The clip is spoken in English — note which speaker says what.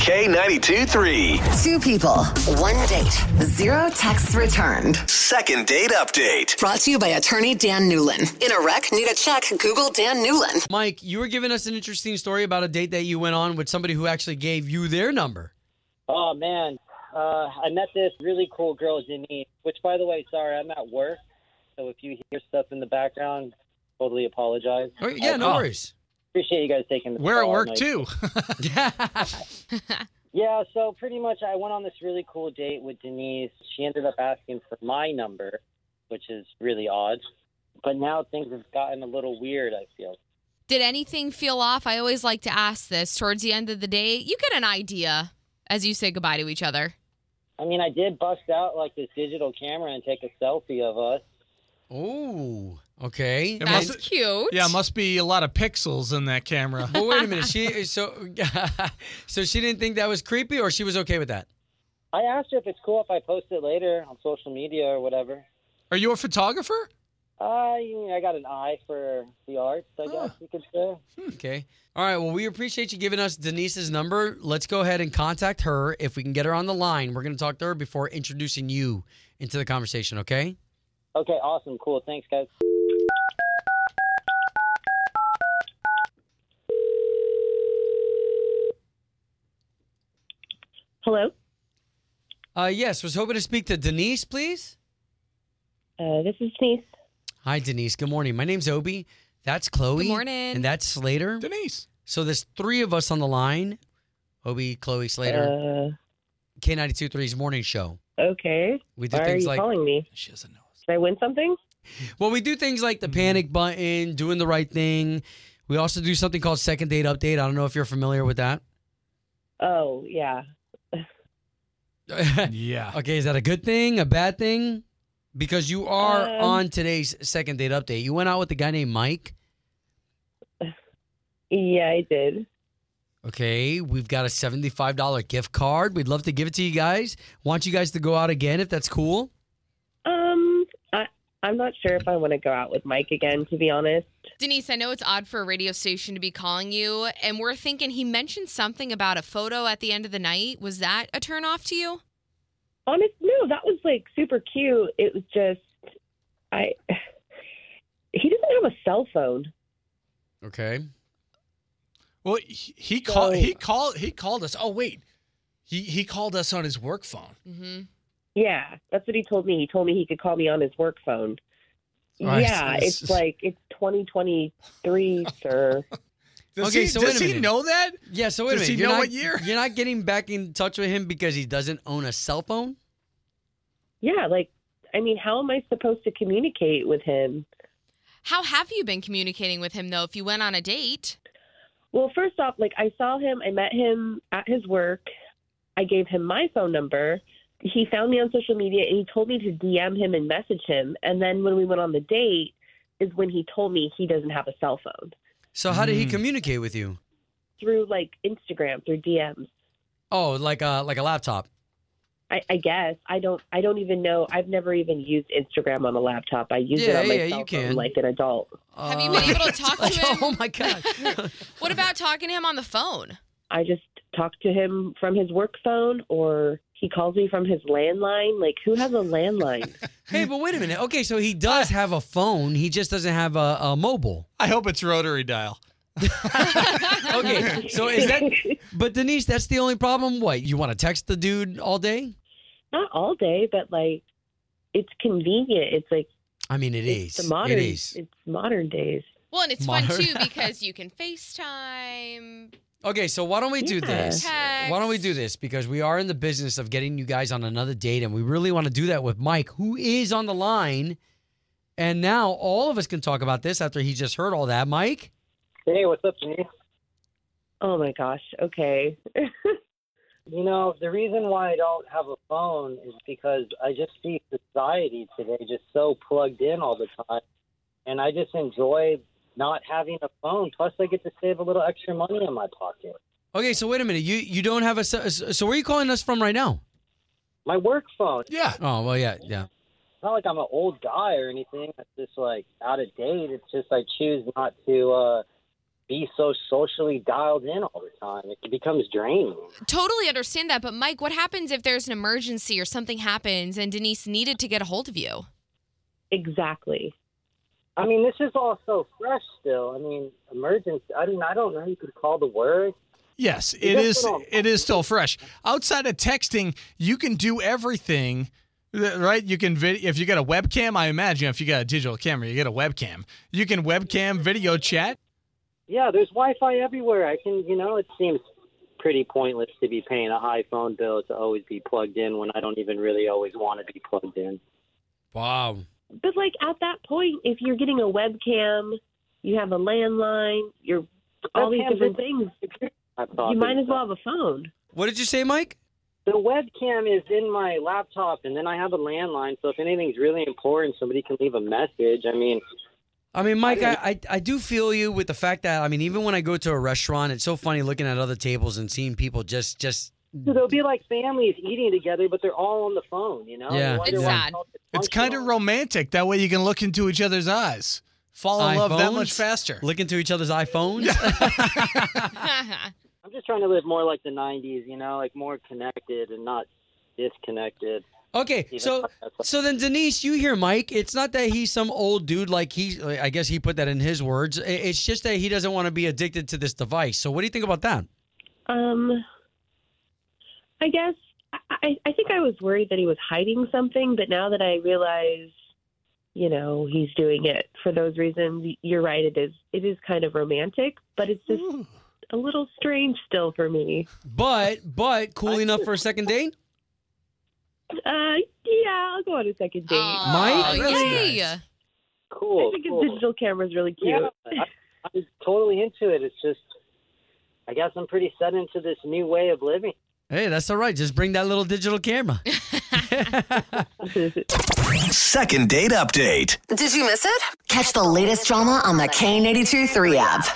Speaker 1: K92 3.
Speaker 2: Two people, one date, zero texts returned.
Speaker 1: Second date update.
Speaker 2: Brought to you by attorney Dan Newlin. In a wreck, need a check, Google Dan Newlin.
Speaker 3: Mike, you were giving us an interesting story about a date that you went on with somebody who actually gave you their number.
Speaker 4: Oh man, uh, I met this really cool girl, Janine. Which, by the way, sorry, I'm at work, so if you hear stuff in the background, totally apologize.
Speaker 3: Oh, yeah, no
Speaker 4: I
Speaker 3: worries.
Speaker 4: appreciate you guys taking the.
Speaker 5: We're at
Speaker 6: Oh,
Speaker 4: call,
Speaker 5: work
Speaker 4: and I-
Speaker 5: too.
Speaker 3: Yeah.
Speaker 4: Yeah, so pretty much, I went on this really cool date with Denise. She ended up asking for my number, which is really odd. But now things have gotten a little weird. I feel.
Speaker 7: Did anything feel off? I always like to ask this towards the end of the day. You get an idea as you say goodbye to each other.
Speaker 4: I mean, I did bust out like this digital camera and take a selfie of us.
Speaker 3: Oh, okay.
Speaker 5: It
Speaker 7: That's
Speaker 5: must-
Speaker 7: cute.
Speaker 5: yeah, must be a lot of pixels in that camera.
Speaker 3: Well, wait a minute. She so so she didn't think that was creepy, or she was okay with that.
Speaker 4: I asked her if it's cool if I post it later on social media or whatever.
Speaker 5: Are you a photographer?
Speaker 4: Uh, you mean, I got an eye for the arts, I guess you could say.
Speaker 5: Hmm.
Speaker 3: Okay. All right. Well, we appreciate you giving us Denise's number. Let's go ahead and contact her. If we can get her on the line, we're going to talk to her before introducing you into the conversation. Okay.
Speaker 4: Okay, awesome, cool. Thanks, guys.
Speaker 6: Hello.
Speaker 3: Uh, yes. Was hoping to speak to Denise, please.
Speaker 6: Uh, this is Denise.
Speaker 3: Hi, Denise. Good morning. My name's Obi. That's Chloe.
Speaker 7: Good morning.
Speaker 3: And that's Slater.
Speaker 5: Denise.
Speaker 3: So there's three of us on the line. Obi, Chloe, Slater, K92 3's morning show.
Speaker 6: Uh, okay.
Speaker 3: We do
Speaker 6: Why are
Speaker 3: things
Speaker 6: you
Speaker 3: like
Speaker 6: calling me?
Speaker 5: She doesn't know us.
Speaker 6: Did I win something?
Speaker 3: Well, we do things like the
Speaker 6: Mm-hmm.
Speaker 3: panic button, doing the right thing. We also do something called second date update. I don't know if you're familiar with that.
Speaker 6: Oh yeah.
Speaker 5: Yeah.
Speaker 3: okay, is that a good thing, a bad thing? Because you are
Speaker 6: Um,
Speaker 3: on today's second date update. You went out with a guy named Mike.
Speaker 6: Yeah, I did.
Speaker 3: Okay, we've got a $75 gift card. We'd love to give it to you guys. Want you guys to go out again if that's cool.
Speaker 6: Um, I I'm not sure if I want to go out with Mike again. To be honest.
Speaker 7: Denise, I know it's odd for a radio station to be calling you, and we're thinking he mentioned something about a photo at the end of the night. Was that a turnoff to you?
Speaker 6: Honest, no. That was like super cute. It was just I. He doesn't have a cell phone.
Speaker 3: Okay.
Speaker 5: Well, he, he called.
Speaker 6: So-
Speaker 5: He called. He called us. Oh wait, he he called us on his work phone.
Speaker 7: Mm-hmm.
Speaker 6: Yeah, that's what he told me. He told me he could call me on his work phone.
Speaker 5: All right,
Speaker 6: yeah,
Speaker 5: so this
Speaker 6: it's
Speaker 5: is-
Speaker 6: like it's 2023, sir.
Speaker 5: Does
Speaker 3: Okay,
Speaker 5: he,
Speaker 3: so wait
Speaker 5: does
Speaker 3: a
Speaker 5: he
Speaker 3: minute.
Speaker 5: know that?
Speaker 3: Yeah, so wait a
Speaker 5: Does
Speaker 3: minute.
Speaker 5: he
Speaker 3: you're
Speaker 5: know
Speaker 3: not-
Speaker 5: what year?
Speaker 3: You're not getting back in touch with him because he doesn't own a cell phone?
Speaker 6: Yeah, like I mean, how am I supposed to communicate with him?
Speaker 7: How have you been communicating with him, though, if you went on a date?
Speaker 6: Well, first off, like I saw him, I met him at his work. I gave him my phone number. He found me on social media and he told me to DM him and message him. And then when we went on the date is when he told me he doesn't have a cell phone
Speaker 3: So how did he
Speaker 5: Mm.
Speaker 3: communicate with you?
Speaker 6: through like Instagram, through DMs.
Speaker 3: Oh, like a like a laptop.
Speaker 6: I, I guess I don't. I don't even know. I've never even used Instagram on a laptop. I use it
Speaker 3: Yeah,
Speaker 6: on my
Speaker 3: yeah, you
Speaker 6: cell phone
Speaker 3: can.
Speaker 6: like an adult.
Speaker 7: Have you been able to talk to him?
Speaker 3: Uh, Oh my god.
Speaker 7: What about talking to him on the phone?
Speaker 6: I just talk to him from his work phone, or he calls me from his landline. Like who has a landline?
Speaker 3: hey, but wait a minute. Okay, so he
Speaker 5: Ah.
Speaker 3: does have a phone. He just doesn't have a, a mobile.
Speaker 5: I hope it's rotary dial.
Speaker 3: Okay, so is that? But Denise, that's the only problem. What you want to text the dude all day?
Speaker 6: not all day, but like it's convenient. It's like
Speaker 3: I mean, it is.
Speaker 6: it's the modern.
Speaker 3: It is.
Speaker 6: It's modern days.
Speaker 7: Well, and it's
Speaker 3: Modern.
Speaker 7: fun too because you can FaceTime.
Speaker 3: Okay, so why don't we do
Speaker 6: Yeah.
Speaker 3: this? Why don't we do
Speaker 7: Text.
Speaker 3: this? Because we are in the business of getting you guys on another date, and we really want to do that with Mike, who is on the line. And now all of us can talk about this after he just heard all that. Mike?
Speaker 4: Hey, what's up, Denise?
Speaker 6: Oh my gosh. Okay.
Speaker 4: You know, the reason why I don't have a phone is because I just see society today just so plugged in all the time. And I just enjoy not having a phone. Plus, I get to save a little extra money in my pocket.
Speaker 3: Okay, so wait a minute. You you don't have a se- so where are you calling us from right now?
Speaker 4: My work phone.
Speaker 5: Yeah.
Speaker 3: Oh well, yeah, yeah.
Speaker 4: It's not like I'm an old guy or anything. It's just like out of date. It's just I choose not to uh, be so socially dialed in all the time. It becomes draining.
Speaker 7: Totally understand that, but Mike, what happens if there's an emergency or something happens and Denise needed to get a hold of you?
Speaker 6: Exactly.
Speaker 4: I mean, this is all so fresh still. I mean, emergency. I mean, I don't know. You could call the word.
Speaker 5: Yes,
Speaker 4: You
Speaker 5: it
Speaker 4: just
Speaker 5: is.
Speaker 4: put on-
Speaker 5: It is still fresh. Outside of texting, you can do everything, th- right? You can vid- if you got a webcam. I imagine if you got a digital camera, you get a webcam. You can webcam video chat.
Speaker 4: Yeah, there's Wi-Fi everywhere. I can, you know, it seems pretty pointless to be paying a high phone bill to always be plugged in when I don't even really always want to be plugged in.
Speaker 3: Wow.
Speaker 6: But like at that point, if you're getting a webcam, you have a landline, you're all these
Speaker 4: Webcams
Speaker 6: different
Speaker 4: are-
Speaker 6: things.
Speaker 4: I thought
Speaker 6: You might
Speaker 4: that-
Speaker 6: as well have a phone.
Speaker 3: What did you say, Mike?
Speaker 4: The webcam is in my laptop, and then I have a landline. So if anything's really important, somebody can leave a message. I mean,
Speaker 3: I mean, Mike, I, I I do feel you with the fact that I mean, even when I go to a restaurant, it's so funny looking at other tables and seeing people just just
Speaker 4: so there'll be like families eating together, but they're all on the phone. You know,
Speaker 3: Yeah.
Speaker 4: You wonder
Speaker 7: It's
Speaker 4: why
Speaker 7: sad.
Speaker 4: all
Speaker 5: It's kind of
Speaker 4: dysfunctional.
Speaker 5: romantic. That way, you can look into each other's eyes, fall in love that
Speaker 3: iPhones,
Speaker 5: much faster.
Speaker 3: Looking through each other's iPhones.
Speaker 4: I'm just trying to live more like the '90s. You know, like more connected and not disconnected.
Speaker 3: Okay,
Speaker 4: Even
Speaker 3: so
Speaker 4: though that's-
Speaker 3: so then Denise, you hear Mike. It's not that he's some old dude like he. I guess he put that in his words. I- It's just that he doesn't want to be addicted to this device. So what do you think about that?
Speaker 6: Um, I guess I, I, I think I was worried that he was hiding something, but now that I realize, you know, he's doing it for those reasons. You're right. It is it is kind of romantic, but it's just a little strange still for me.
Speaker 3: But but cool enough for a second date.
Speaker 6: Uh, yeah, I'll go on a second date.
Speaker 7: Aw,
Speaker 3: Mike? That's
Speaker 7: yay.
Speaker 3: nice.
Speaker 4: Ah, Cool.
Speaker 6: I think
Speaker 4: cool.
Speaker 6: a digital camera is really cute.
Speaker 4: Yeah, I, I'm totally into it. It's just, I guess I'm pretty set into this new way of living.
Speaker 3: Hey, that's all right. Just bring that little digital camera.
Speaker 1: Second date update.
Speaker 2: Did you miss it? Catch the latest drama on the K82 3 app.